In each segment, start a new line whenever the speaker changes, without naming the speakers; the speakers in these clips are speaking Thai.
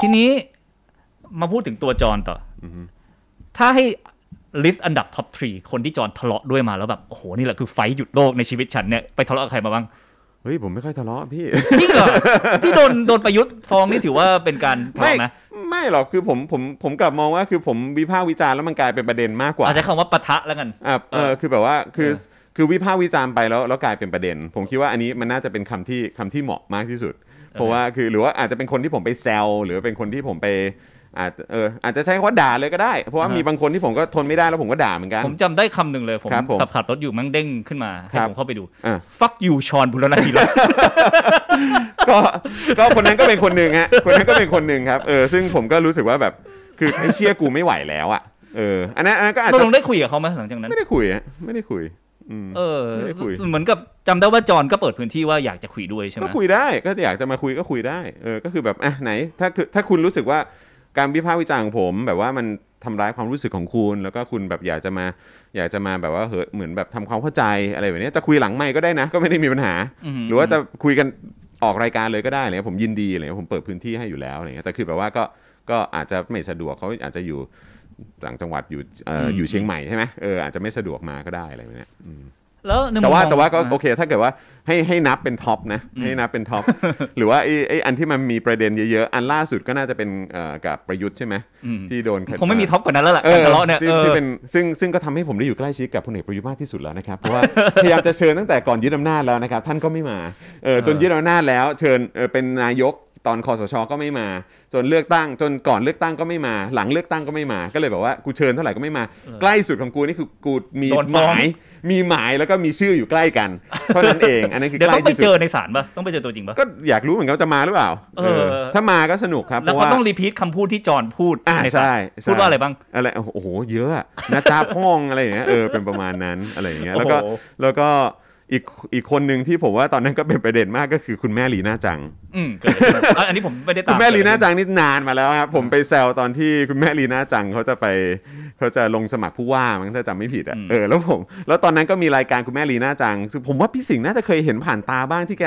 ทีนี้มาพูดถึงตัวจอนต่ออ
อฮึ
ถ้าให้ list อันดับท็อป3คนที่จอนทะเลาะด้วยมาแล้วแบบ โอ้โห นี่แหละคือไฟท์หยุดโลกในชีวิตฉันเนี่ย ไปทะเลาะกับใครมาบ้าง
เฮ้ย ผมไม่ค่อยทะเลาะพี่
จริงเหรอ ที่โดนโดนประยุทธ์ฟ้องนี่ถือว่าเป็นการทะ
ไม่
เลาะไหม
ไม่หรอกคือผมผมผมกลับมองว่าคือผมวิพากษ์วิจารณ์แล้วมันกลายเป็นประเด็นมากกว่า
เอาใช้คำว่าปะทะแล้วกัน
อ่ะเออ
เออ
คือแบบว่าคือ
เออ
คือวิพากษ์วิจารณ์ไปแล้วแล้วกลายเป็นประเด็น ผมคิดว่าอันนี้มันน่าจะเป็นคำที่คำที่เหมาะมากที่สุด เพราะว่าคือหรือว่าอาจจะเป็นคนที่ผมไปแซวหรือเป็นคนที่ผมไปอาจจะเอออาจจะใช้คำว่าด่าเลยก็ได้ เพราะว่า
อ่ามี
มีบางคนที่ผมก็ทนไม่ได้แล้วผมก็ด่าเหมือนกัน
ผมจำได้คำหนึ่งเลย ผม
ครับผม
ขับขับรถอยู่มันเด้งขึ้นมา ให้
ครับ
ผมเข้าไปดู
อ่า
fuck you ชอนบุรณะธีร ตน์
ก็ก็คนนั้นก็เป็นคนหนึ่งฮะคนนั้นก็เป็นคนหนึ่งครับเออซึ่งผมก็รู้สึกว่าแบบคือไอ้เชี่ยกูไม่ไหวแล้วอ่ะเอออันนั้นอันนั้นก็อาจ
ตก
จะ
ลงได้คุยกับเขาไหมหลังจากนั้น
ไม่ได้คุยฮะไม่ได้คุยอืม
เออ
ไม่ได้คุย
เหมือนกับจำได้ว่าจอนก็เปิดพื้นที่ว่าอยากจะคุยด้วยใช่ไหม
ก็คุยได้ก็อยากจะมาคุยก็คุยได้เออก็คือแบบอ่ะไหนถ้าคือถ้าคุณรู้สึกว่าการวิพากษ์วิจารณ์ของผม แบบว่ามันทำร้ายความรู้สึกของคุณ แล้วก็คุณแบบอยากจะมาอยากจะมาแบบว่าเหอะเหมือนแบบทำความเข้าใจอะไรแบบเนี้ยจะคุยหลังไม่ก็ได้นะ ก็ไม่ได้มีปัญหา
อืม
หรือว่าจะคุยกันออกรายการเลยก็ได้อะไรเลยผมยินดีอะไรเลยผมเปิดพื้นที่ให้อยู่แล้วอะไรเลยแต่คือแบบว่าก็ก็อาจจะไม่สะดวกเขาอาจจะอยู่ต่างจังหวัดอยู่เอ่ออยู่เชียงใหม่ใช่ไหมเอออาจจะไม่สะดวกมาก็ได้อะไรแบบเนี้ย
แล้วในมุม
แต่ว่าม
อง
แต่ว่าก็
ะ
โอเคถ้าเกิดว่าให้ให้นับเป็นท็อปนะให้นับเป็นท็อป หรือว่าไอ้ไอ้อันที่มันมีประเด็นเยอะๆ อันล่าสุดก็น่าจะเป็นเอ่อกับประยุทธ์ใช่ไหม
อืม
ที่โดน
คงไม่มีท็อปกว่านั้นแล้วล่ะ
เอ
การ
อ
ทะเลาะเนี่ย
ที่
เออ
ที่เป็นซึ่งซึ่งก็ทำให้ผมได้อยู่ใกล้ชิดกับพลเอกประยุทธ์มากที่สุดแล้วนะครับ เพราะว่า พยายามจะเชิญตั้งแต่ก่อนยึดอำนาจแล้วนะครับ ท่านก็ไม่มาเออจน
เออ
ยึดอำนาจแล้ว เชิญเออเป็นนายกตอนคอสชก็ไม่มา จนเลือกตั้งจนก่อนเลือกตั้งก็ไม่มา หลังเลือกตั้งก็ไม่มา ก็เลยแบบว่ากูเชิญเท่าไหร่ก็ไม่มา ใกล้สุดของกูนี่คือกูมี
โดน
ห
ฟ้อง
มาย มีหมายแล้วก็มีชื่ออยู่ใกล้กัน เท่านั้นเอง อันนั้นคือ
เดี๋ยว
ใกล้
ต้องไป
ที่
เจ
สุ
อ
ด
ในศาลป่ะ ต้องไปเจอตัวจริงป่ะ
ก็อยากรู้เหมือนกันว่าจะมาหรือเปล่า
เออ
เออถ้ามาก็สนุกครับเพ
แล้ว
ราะ
เขา
ว่า
ต้องรีพีทคำพูดที่จอนพูด
อ่า
ในศา
ใช่
ล
ใช่
พูดว่าอะไรบ้าง
อะไรโอ้โหเยอะอะนะจ้าพ่องอะไรอย่างเงี้ยเออเป็นประมาณนั้นอะไรอย่างเงี้ยแล้วก็
โอ้โห
แล้วก็อีกอีกคนหนึ่งที่ผมว่าตอนนั้นก็เป็นประเด็นมากก็คือคุณแม่ลีน่าจัง
อืมเกิดอะไรขึ้นอ่ะอันนี้ผมไม่ได้ตาม
คุณแม่ลีน่า
เกิดอะไรขึ้
จังนี่นานมาแล้วครับผมไปแซวตอนที่คุณแม่ลีน่าจังเขาจะไปเขาจะลงสมัครผู้ว่ามั้งถ้าจำไม่ผิดอ่ะ
อืม
เออแล้วผมแล้วตอนนั้นก็มีรายการคุณแม่ลีน่าจังซึ่งผมว่าพี่สิงห์น่าจะเคยเห็นผ่านตาบ้างที่แก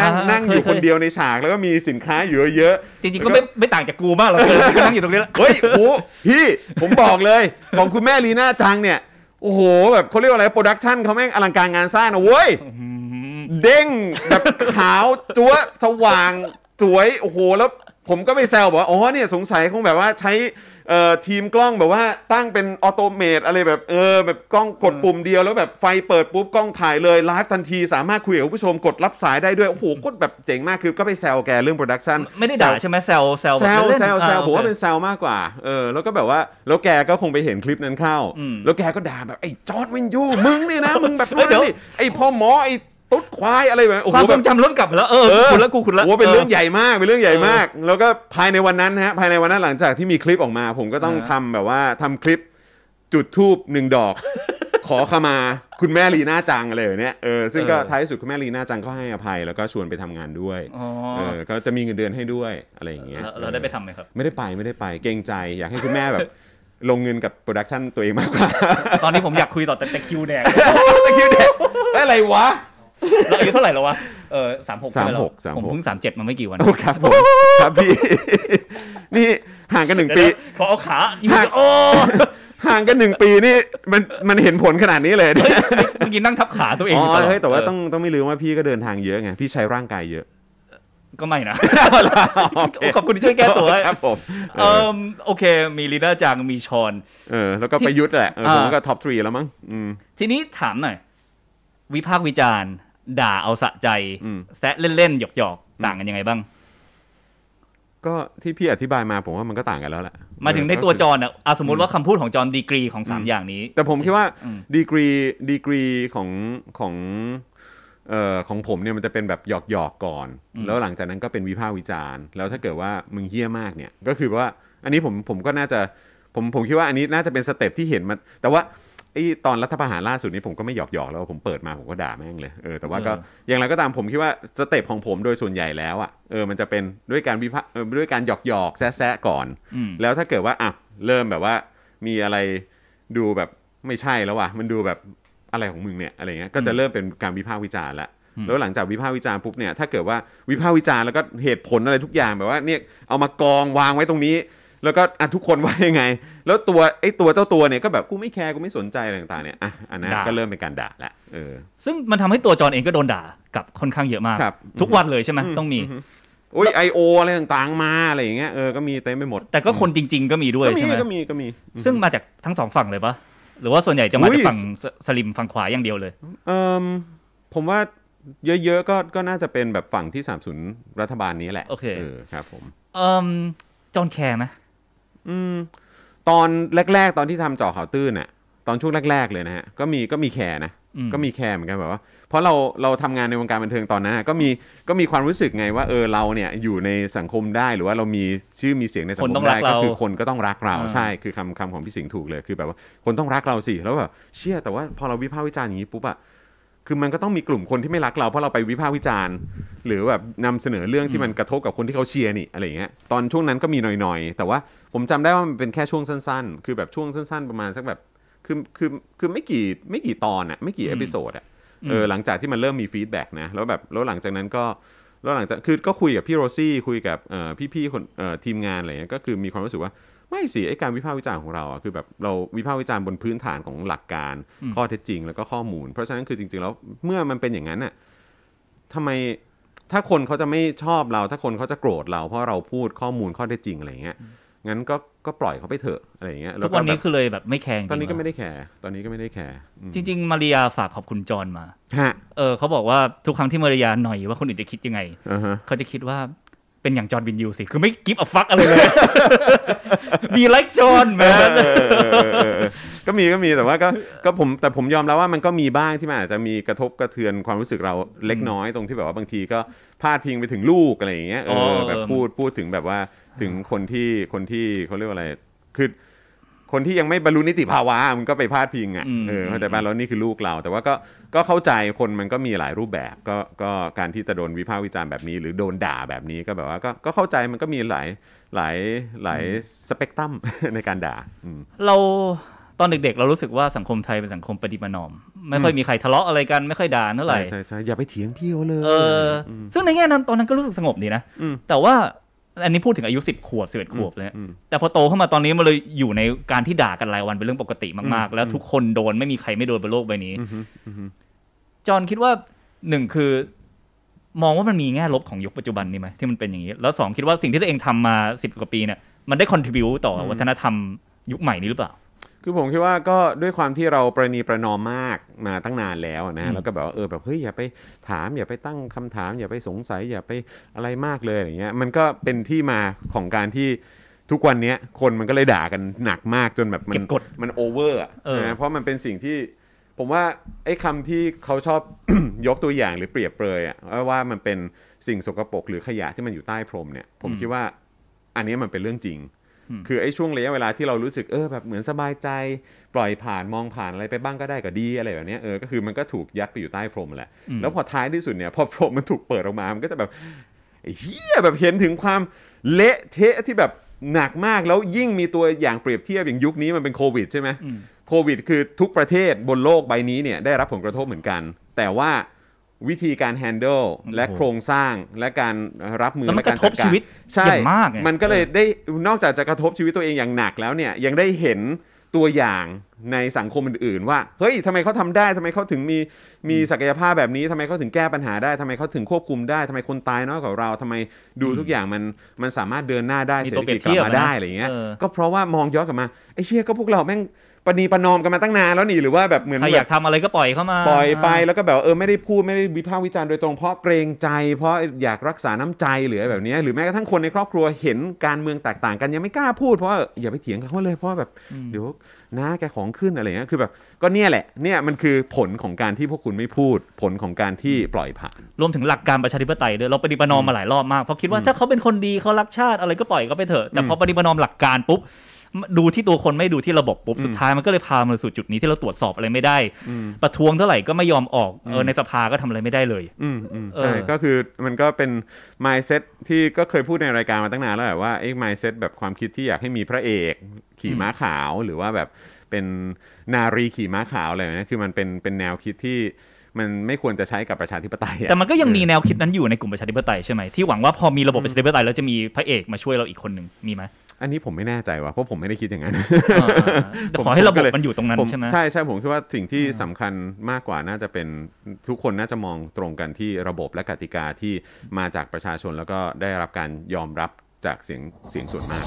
นั่ง
อ่าๆ
นั่งอยู่
เคยๆ
คนเดียวในฉากแล้วก็มีสินค้าอยู่เยอะๆ
จริงๆก็ไม่ไม่ต่างจากกูมากหรอกเกิดกูนั่งอยู่ตรงนี้แล้ว
เฮ้ยโอ้โหพี่ผมบอกเลยของคุณแม่ลีน่าจังเนี่ยโอ้โหแบบเขาเรียกว่าอะไรโปรดักชันเขาแม่งอลังการงานสร้างนะเว้ย เด้งแบบขาวจั๊วะสว่างสวยโอ้โหแล้วผมก็ไปแซวบอกว่าอ๋อเนี่ยสงสัยคงแบบว่าใช้เอ่อทีมกล้องแบบว่าตั้งเป็นออโตเมตอะไรแบบเออแบบกล้องกดปุ่มเดียวแล้วแบบไฟเปิดปุ๊บกล้องถ่ายเลยไลฟ์ทันทีสามารถคุยกับผู้ชมกดรับสายได้ด้วยโอ้โหโคตรแบบเจ๋งมากคือก็ไปแซวแกเรื่องโปรดักชัน
ไม่ได้ด่าใช่ไหมแซวแซว
แซว
บบเล่นๆ
แซวแซว
อ่
ผมว่าเป็น
โอ
แซวมากกว่า เออ แล้วก็แบบว่า แล้วแกก็คงไปเห็นคลิปนั้นเข้า
อืม
แล้วแกก็ด่าแบบไอ้จอร์ดวินยู มึง นี่นะ มึงแบบ
เฮ้ยเดี๋ยว
นี่ไอ้พ่อหมอไอ้ตุ๊ดควายอะไรแบบโอ้
เค
โห
ความท
แบ
ร
บ
งจำล้นกลับมาแล้วเออคุณละกูคุณละ
โอ้โหเป็นเรื่องใหญ่มาก เป็นเรื่องใหญ่มาก แล้วก็ภายในวันนั้นนะฮะ ภายในวันนั้นหลังจากที่มีคลิปออกมา ผมก็ต้อง
อ่า
ทำแบบว่าทำคลิปจุดทูบหนึ่งดอก ขอขมาคุณแม่ลีน่าจังอะไรแบบเนี้ย เออ ซึ่งก็ท้ายสุดคุณแม่ลีน่าจังก็ให้อภัย แล้วก็ชวนไปทำงานด้วย
อ๋อ
เออ ก็จะมีเงินเดือนให้ด้วยอะไรอย่างเงี้ย
แล้วเราได้ไปทำไหมครับ
ไม่ได้ไปไม่ได้ไปเกรงใจอยากให้คุณแม่แบบ ลงเงินกับโปรดักชันตัวเองมากกว่า
ตอนนี้ผมอยากคุยต่อแต่แต่คิวแดง
ตะคิวเด็กอะไรวะ
เราอายุเท่าไหร่แล้ววะเออสามหก
36 36
ผมเพิ่งสามเจ็ดมาไม่กี่วัน
โอ้ครับผมครับพี่ นี่ห่างกันหนึ่ง
เดี๋ยวน
ปี
ะขอเอาขาอยู่
หัก
โอ้
ห่างกันหนึ่งปีนี่มันมันเห็นผลขนาดนี้เลยเนี่ย
เมื่อกี้นั่งทับขาตัวเอง
อ๋
อยู่ตล
อ
อด
เฮ้ยแต่ว่า
เ
ต้องต้องไม่ลืมว่าพี่ก็เดินทางเยอะไงพี่ใช้ร่างกายเยอะ
ก็ไม่นะ
โอเค
ขอบคุณที่ช่วยแก้ตัวให้
ครับผมเอ
เอ่
อ
มโอเค มีลีน่าจัง มีชอน
เออแล้วก็ประยุทธ์แหละเออ
อ่า
ผมก็ท็อปทรีแล้วมั้งอืม
ทีนี้ถามหน่อย วิพากษ์วิจารณ์ ด่าเอาสะใจ
อืม
แซะเล่น ๆ หยอก ๆ ต่างกันยังไงบ้าง
ก็ที่พี่อธิบายมาผมว่ามันก็ต่างกันแล้วแหละ
มาถึงในตัวจอนอ่ะอ่ะสมมติว่าคำพูดของจอนดีกรีของ 3 อย่างนี้
แต่ผมคิดว่า
อืม
ดีกรีดีกรีของของเอ่อของผมเนี่ยมันจะเป็นแบบหยอกหยอกๆก่อน แล้วหลังจากนั้นก็เป็นวิพากษ์วิจารณ์ แล้วถ้าเกิดว่ามึงเฮี้ยมากเนี่ยก็คือว่าอันนี้ผมผมก็น่าจะผมผมคิดว่าอันนี้น่าจะเป็นสเต็ปที่เห็นมาแต่ว่าไอ้ตอนรัฐประหารล่าสุดนี้ผมก็ไม่หยอกหยอกแล้วผมเปิดมาผมก็ด่าแม่งเลยเออแต่ว่าก็อย่างไรก็ตามผมคิดว่าสเต็ปของผมโดยส่วนใหญ่แล้วอ่ะเออมันจะเป็นด้วยการวิพากษ์เออด้วยการหยอกหยอกๆแซะแซะๆก่อน
อืม
แล้วถ้าเกิดว่าอ่ะเริ่มแบบว่ามีอะไรดูแบบไม่ใช่แล้วว่ะมันดูแบบอะไรของมึงเนี่ยอะไรเงี้ยก็จะเริ่มเป็นการวิพากษ์วิจารณ์ละ
อืม
แล้วหลังจากวิพากษ์วิจารณ์ปุ๊บเนี่ยถ้าเกิดว่าวิพากษ์วิจารณ์แล้วก็เหตุผลอะไรทุกอย่างแบบว่าเนี่ยเอามากองวางไว้ตรงนี้ แล้วก็อ่ะทุกคนว่ายังไง แล้วตัวไอ้ตัวเจ้าตัวเนี่ยก็แบบกูไม่แคร์กูไม่สนใจอะไรต่างๆเนี่ยอ่ะอันนั้น
ด่า
ก็เริ่มเป็นการด่าละเออ
ซึ่งมันทำให้ตัวจอนเองก็โดนด่ากับค่อนข้างเยอะมาก
ครับ
ทุกวันเลยใช่ไหม
อืม
ต้องมี
โอ้ยไอโออะไรต่างๆมาอะไรอย่างเงี้ยเออก็มีเต็มไปหมด
แต่ก็คนจริง ๆ ก็มีด้วย
ก็มี
ใช่ไหม
ก็มีก็มี
ซึ่งมาจากทั้งสองฝั่งเลยปะหรือว่าส่วนใหญ่จะมา
อุ้
จาก
ย
ฝั่งสสลิมฝั่งขวาอย่างเดียวเลย
เอมผมว่าเยอะๆก็ก็น่าจะเป็นแบบฝั่งที่สามศูนย์รัฐบาลนี้แหละ
โอเค
ครับผม
เอ่มจอนแคร์ไหม
อืมตอนแรก ๆ ตอนที่ทำเจาะข่าวตื้นน่ะตอนช่วงแรก ๆ เลยนะฮะก็มีก็มีแคร์นะ
อืม
ก็มีแคร์เหมือนกันแบบว่า เพราะเราเราทำงานในวงการบันเทิงตอนนั้นน่ะก็มีก็มีความรู้สึกไงว่าเออเราเนี่ยอยู่ในสังคมได้หรือว่าเรามีชื่อมีเสียงในสัง
คน
ค
ต้
ม
องรั
ได้
ก
ก็
เรา
คือคนก็ต้องรักเรา
อ่า
ใช่คือคำคำของพี่สิงห์ถูกเลยคือแบบว่าคนต้องรักเราสิแล้วแบบเชื่อแต่ว่าพอเราวิพากษ์วิจารณ์อย่างนี้ปุ๊บอะคือมันก็ต้องมีกลุ่มคนที่ไม่รักเราเพราะเราไปวิพากษ์วิจารณ์ หรือแบบนำเสนอเรื่องที่มันกระทบกับคนที่เขาเชียร์นี่อะไรอย่างเงี้ยตอนช่วงนั้นก็มีหน่อยๆ แต่ว่าผมจำได้ว่ามันเป็นแค่ช่วงสั้นๆ คือแบบช่วงสั้นๆ ประมาณสักแบบคือคือคือไม่กี่ไม่กี่ตอนอะไม่กี่
อื
เอ
ม
พิโซดอะ เออหลังจากที่มันเริ่มมีฟีดแบ็กนะ แล้วแบบแล้วหลังจากนั้นก็แล้วหลังจากคือก็คุยกับพี่โรซี่คุยกับเอ่อพี่ๆคนเอ่อทีมงานอะไรเงี้ยก็คือมีความรู้สึกว่าไม่สิไอการวิพากษ์วิจารณ์ของเราอ่ะคือแบบเราวิพากษ์วิจารณ์บนพื้นฐานของหลักการ
อืม
ข้อเท็จจริงแล้วก็ข้อมูล เพราะฉะนั้นคือจริงๆแล้วเมื่อมันเป็นอย่างนั้นน่ะทำไมถ้าคนเขาจะไม่ชอบเรา ถ้าคนเขาจะโกรธเราเพราะเราพูดข้อมูลข้อเท็จจริงอะไรเงี้ยงั้นก็ก็ปล่อยเขาไปเถอะอะไรเงี้ยแล้
ทุกวันนี้
แบบ
คือเลยแบบไม่แคร์จริงๆ
ตอนนี้ก็
เหร
ไม่ได้แคร์ตอนนี้ก็ไม่ได้แคร์อืม
จริง ๆ มาริยาฝากขอบคุณจอนมา
ฮะ
เออเขาบอกว่าทุกครั้งที่มาริยาหน่อยว่าคนอื่นจะคิดยังไง
อ่าฮะ
เขาจะคิดว่าเป็นอย่างจอร์นวินยูสิ คือไม่กิฟต์อ u ฟักอะไรเลย ดีไลค์จอร์นแมน
เออเออเออเออก็มีก็มีแต่ว่าก็ก็ผมแต่ผมยอมแล้วว่ามันก็มีบ้างที่มันอาจจะมีกระทบกระเทือนความรู้สึกเราเล็กน้อยตรงที่แบบว่าบางทีก็พาดพิงไปถึงลูกอะไรอย่างเงี้ยเอ
อ๋
อ
อ
แบบพูดพูดถึงแบบว่าถึงคนที่คนที่เขาเรียกว่าอะไรคือคนที่ยังไม่บรรลุนิติภาวะมันก็ไปพาดพิงอ่ะเออเข้าใจป่ะแล้วนี่คือลูกเรา แต่ว่าก็ก็เข้าใจคนมันก็มีหลายรูปแบบ ก็ก็การที่จะโดนวิพากษ์วิจารณ์แบบนี้ หรือโดนด่าแบบนี้ก็แบบว่าก็ก็เข้าใจมันก็มีหลายหลายหลายสเปกตรัม ในการด่าอืม
เราตอนเด็กๆ เรารู้สึกว่าสังคมไทยเป็นสังคมปฏิประนอม ไม่ค่อยมีใครทะเลาะอะไรกัน ไม่ค่อยด่าเท่าไหร่
ใช่ใช่ใช่อย่าไปเถียงพี่เขาเลย
เอออ
ม
ซึ่งในแง่นั้นตอนนั้นก็รู้สึกสงบดีนะ
อืม
แต่ว่าอันนี้พูดถึงอายุ10ขวบ11ขวบเลยนะ
อืม
แต่พอโตเข้ามาตอนนี้มันเลยอยู่ในการที่ด่ากันรายวันเป็นเรื่องปกติมาก
อื
ๆ
ม
แล้วทุกคนโดนไม่มีใครไม่โดนบนโลกใบนี้
อืมอืม
จอห์นคิดว่าหนึ่งคือ มองว่ามันมีแง่ลบของยุคปัจจุบันนี้ไหมที่มันเป็นอย่างนี้ แล้วสองคิดว่าสิ่งที่ตัวเองทำมาสิบกว่าปีเนี่ยมันได้คอนทริบิวต่อวัฒนธรรมยุคใหม่นี้หรือเปล่า
คือผมคิดว่าก็ด้วยความที่เราประนีประนอมมากมาตั้งนานแล้วนะ
อืม
แล้วก็แบบว่าเออแบบเฮ้ยอย่าไปถามอย่าไปตั้งคำถาม อย่าไปสงสัยอย่าไปอะไรมากเลยอย่างเงี้ยมันก็เป็นที่มาของการที่ทุกวันเนี้ยคนมันก็เลยด่ากันหนักมากจนแบบมั
เก็บ
น
กด
มันโอเวอร์อะ
เออ
นะเพราะมันเป็นสิ่งที่ผมว่าไอ้คำที่เขาชอบ ยกตัวอย่างหรือเปรียบเปรยอะว่ามันเป็นสิ่งสกปรกหรือขยะที่มันอยู่ใต้พรมเนี่ย ผม
อืม
คิดว่าอันเนี้ยมันเป็นเรื่องจริง
อืม
คือไอ้ช่วงระยะเวลาที่เรารู้สึกเออแบบเหมือนสบายใจ ปล่อยผ่านมองผ่านอะไรไปบ้างก็ได้ก็ดีอะไรแบบเนี้ยเออก็คือมันก็ถูกยัดไปอยู่ใต้พรมแหละ แล้วพอท้ายที่สุดเนี่ย พอพรมมันถูกเปิดออกมา มันก็จะแบบไอ้เฮียแบบเห็นถึงความเละเทะที่แบบหนักมากแล้วยิ่งมีตัวอย่างเปรียบเทียบอย่างยุคนี้มันเป็นโควิดใช่ไหม
อืม
โควิดคือทุกประเทศบนโลกใบนี้เนี่ยได้รับผลกระทบเหมือนกัน แต่ว่าวิธีการแฮนเดิลและโครงสร้างและการรับมือ
แล้วมันก
และการ
ระท
จั
บ
ดกา
ชี
ร
วิต
ใช่
อย่างมากไง
มันก็เลยได้นอกจากจะกระทบชีวิตตัวเองอย่างหนักแล้วเนี่ยยังได้เห็นตัวอย่างในสังคมอื่นๆ ว่า เฮ้ยทำไมเขาทำได้ทำไมเขาถึงมีมีศักยภาพแบบนี้ทำไมเขาถึงแก้ปัญหาได้ทำไมเขาถึงควบคุมได้ทำไมคนตายน้อยกว่าเราทำไมดูทุกอย่างมันมันสามารถเดินหน้าได้
มี
เศรษ
ตัว
ฐ
เปรี
กิ
ยบ
จกลั
เทียบบ
มาได้
นะ
อะไรอย่างเงี้ย
เออ
ก็เพราะว่ามองย้อนกลับมาไอ้เชี่ยก็พวกเราแม่งปณีประนอมกันมาตั้งนานแล้วนี่หรือว่าแบบเหมือน
ใคร
แบ
อบ ยากทำอะไรก็ปล่อยเข้ามา
ปล่อยไปแล้วก็แบบว่าเออไม่ได้พูดไม่ได้วิพากษ์วิจารณ์โดยตรงเพราะเกรงใจ เพราะอยากรักษาน้ำใจหรืออะไรแบบเนี้ยหรือแม้กระทั่งคนในครอบครัวเห็นการเมืองแตกต่างกันยังไม่กล้าพูดเพราะว่าอย่าไปเถียงกับเขาเลยเพราะว่าแบบ
อืม
เดี๋ยวนะแกของขึ้นอะไรเงี้ยคือแบบก็เนี่ยแหละเนี่ยมันคือผลของการที่พวกคุณไม่พูด ผลของการที่ปล่อยผ่าน
รวมถึงหลักการประชาธิปไตยด้วยเราปฏิบัติประนอมมาหลายรอบมากเพราะคิดว่าถ้าเขาเป็นคนดีเขารักชาติอะไรก็ปล่อยเขาไปเถอะแต่พอปฏิบัติประนอมหลักการปุ๊บดูที่ตัวคนไม่ดูที่ระบบปุ๊บสุดท้ายมันก็เลยพามาสู่จุดนี้ที่เราตรวจสอบอะไรไม่ได้ ประท้วงเท่าไหร่ก็ไม่ยอมออกเออในสภาก็ทำอะไรไม่ได้เลย
อืมอืม
เออ
ใช่ก็คือมันก็เป็น mindset ที่ก็เคยพูดในรายการมาตั้งนานแล้วแหละว่าไอ้ mindset แบบความคิดที่อยากให้มีพระเอกขี่ม้าขาวหรือว่าแบบเป็นนารีขี่ม้าขาวอะไรแบบเนี้ยคือมันเป็นเป็นแนวคิดที่ มันไม่ควรจะใช้กับประชาธิปไตยอะ
แต่มันก็ยังมีแนวคิดนั้นอยู่ในกลุ่มประชาธิปไตยใช่ไหมที่หวังว่าพอมีระบบประชาธิปไตยแล้วจะมีพระเอกมาช่วยเราอีกคนหนึ่งมี ไหม
อันนี้ผมไม่แน่ใจว่ะเพราะผมไม่ได้คิดอย่างนั้น
อ่าๆแต่ขอให้ระบบมันอยู่ตรงนั้น
ผม
ใช่ไหม
ใช่ใช่ผมคิดว่าสิ่งที่
อ่า
สำคัญมากกว่าน่าจะเป็นทุกคนน่าจะมองตรงกันที่ระบบและกติกาที่มาจากประชาชนแล้วก็ได้รับการยอมรับจากเสียงเสียงส่วนมาก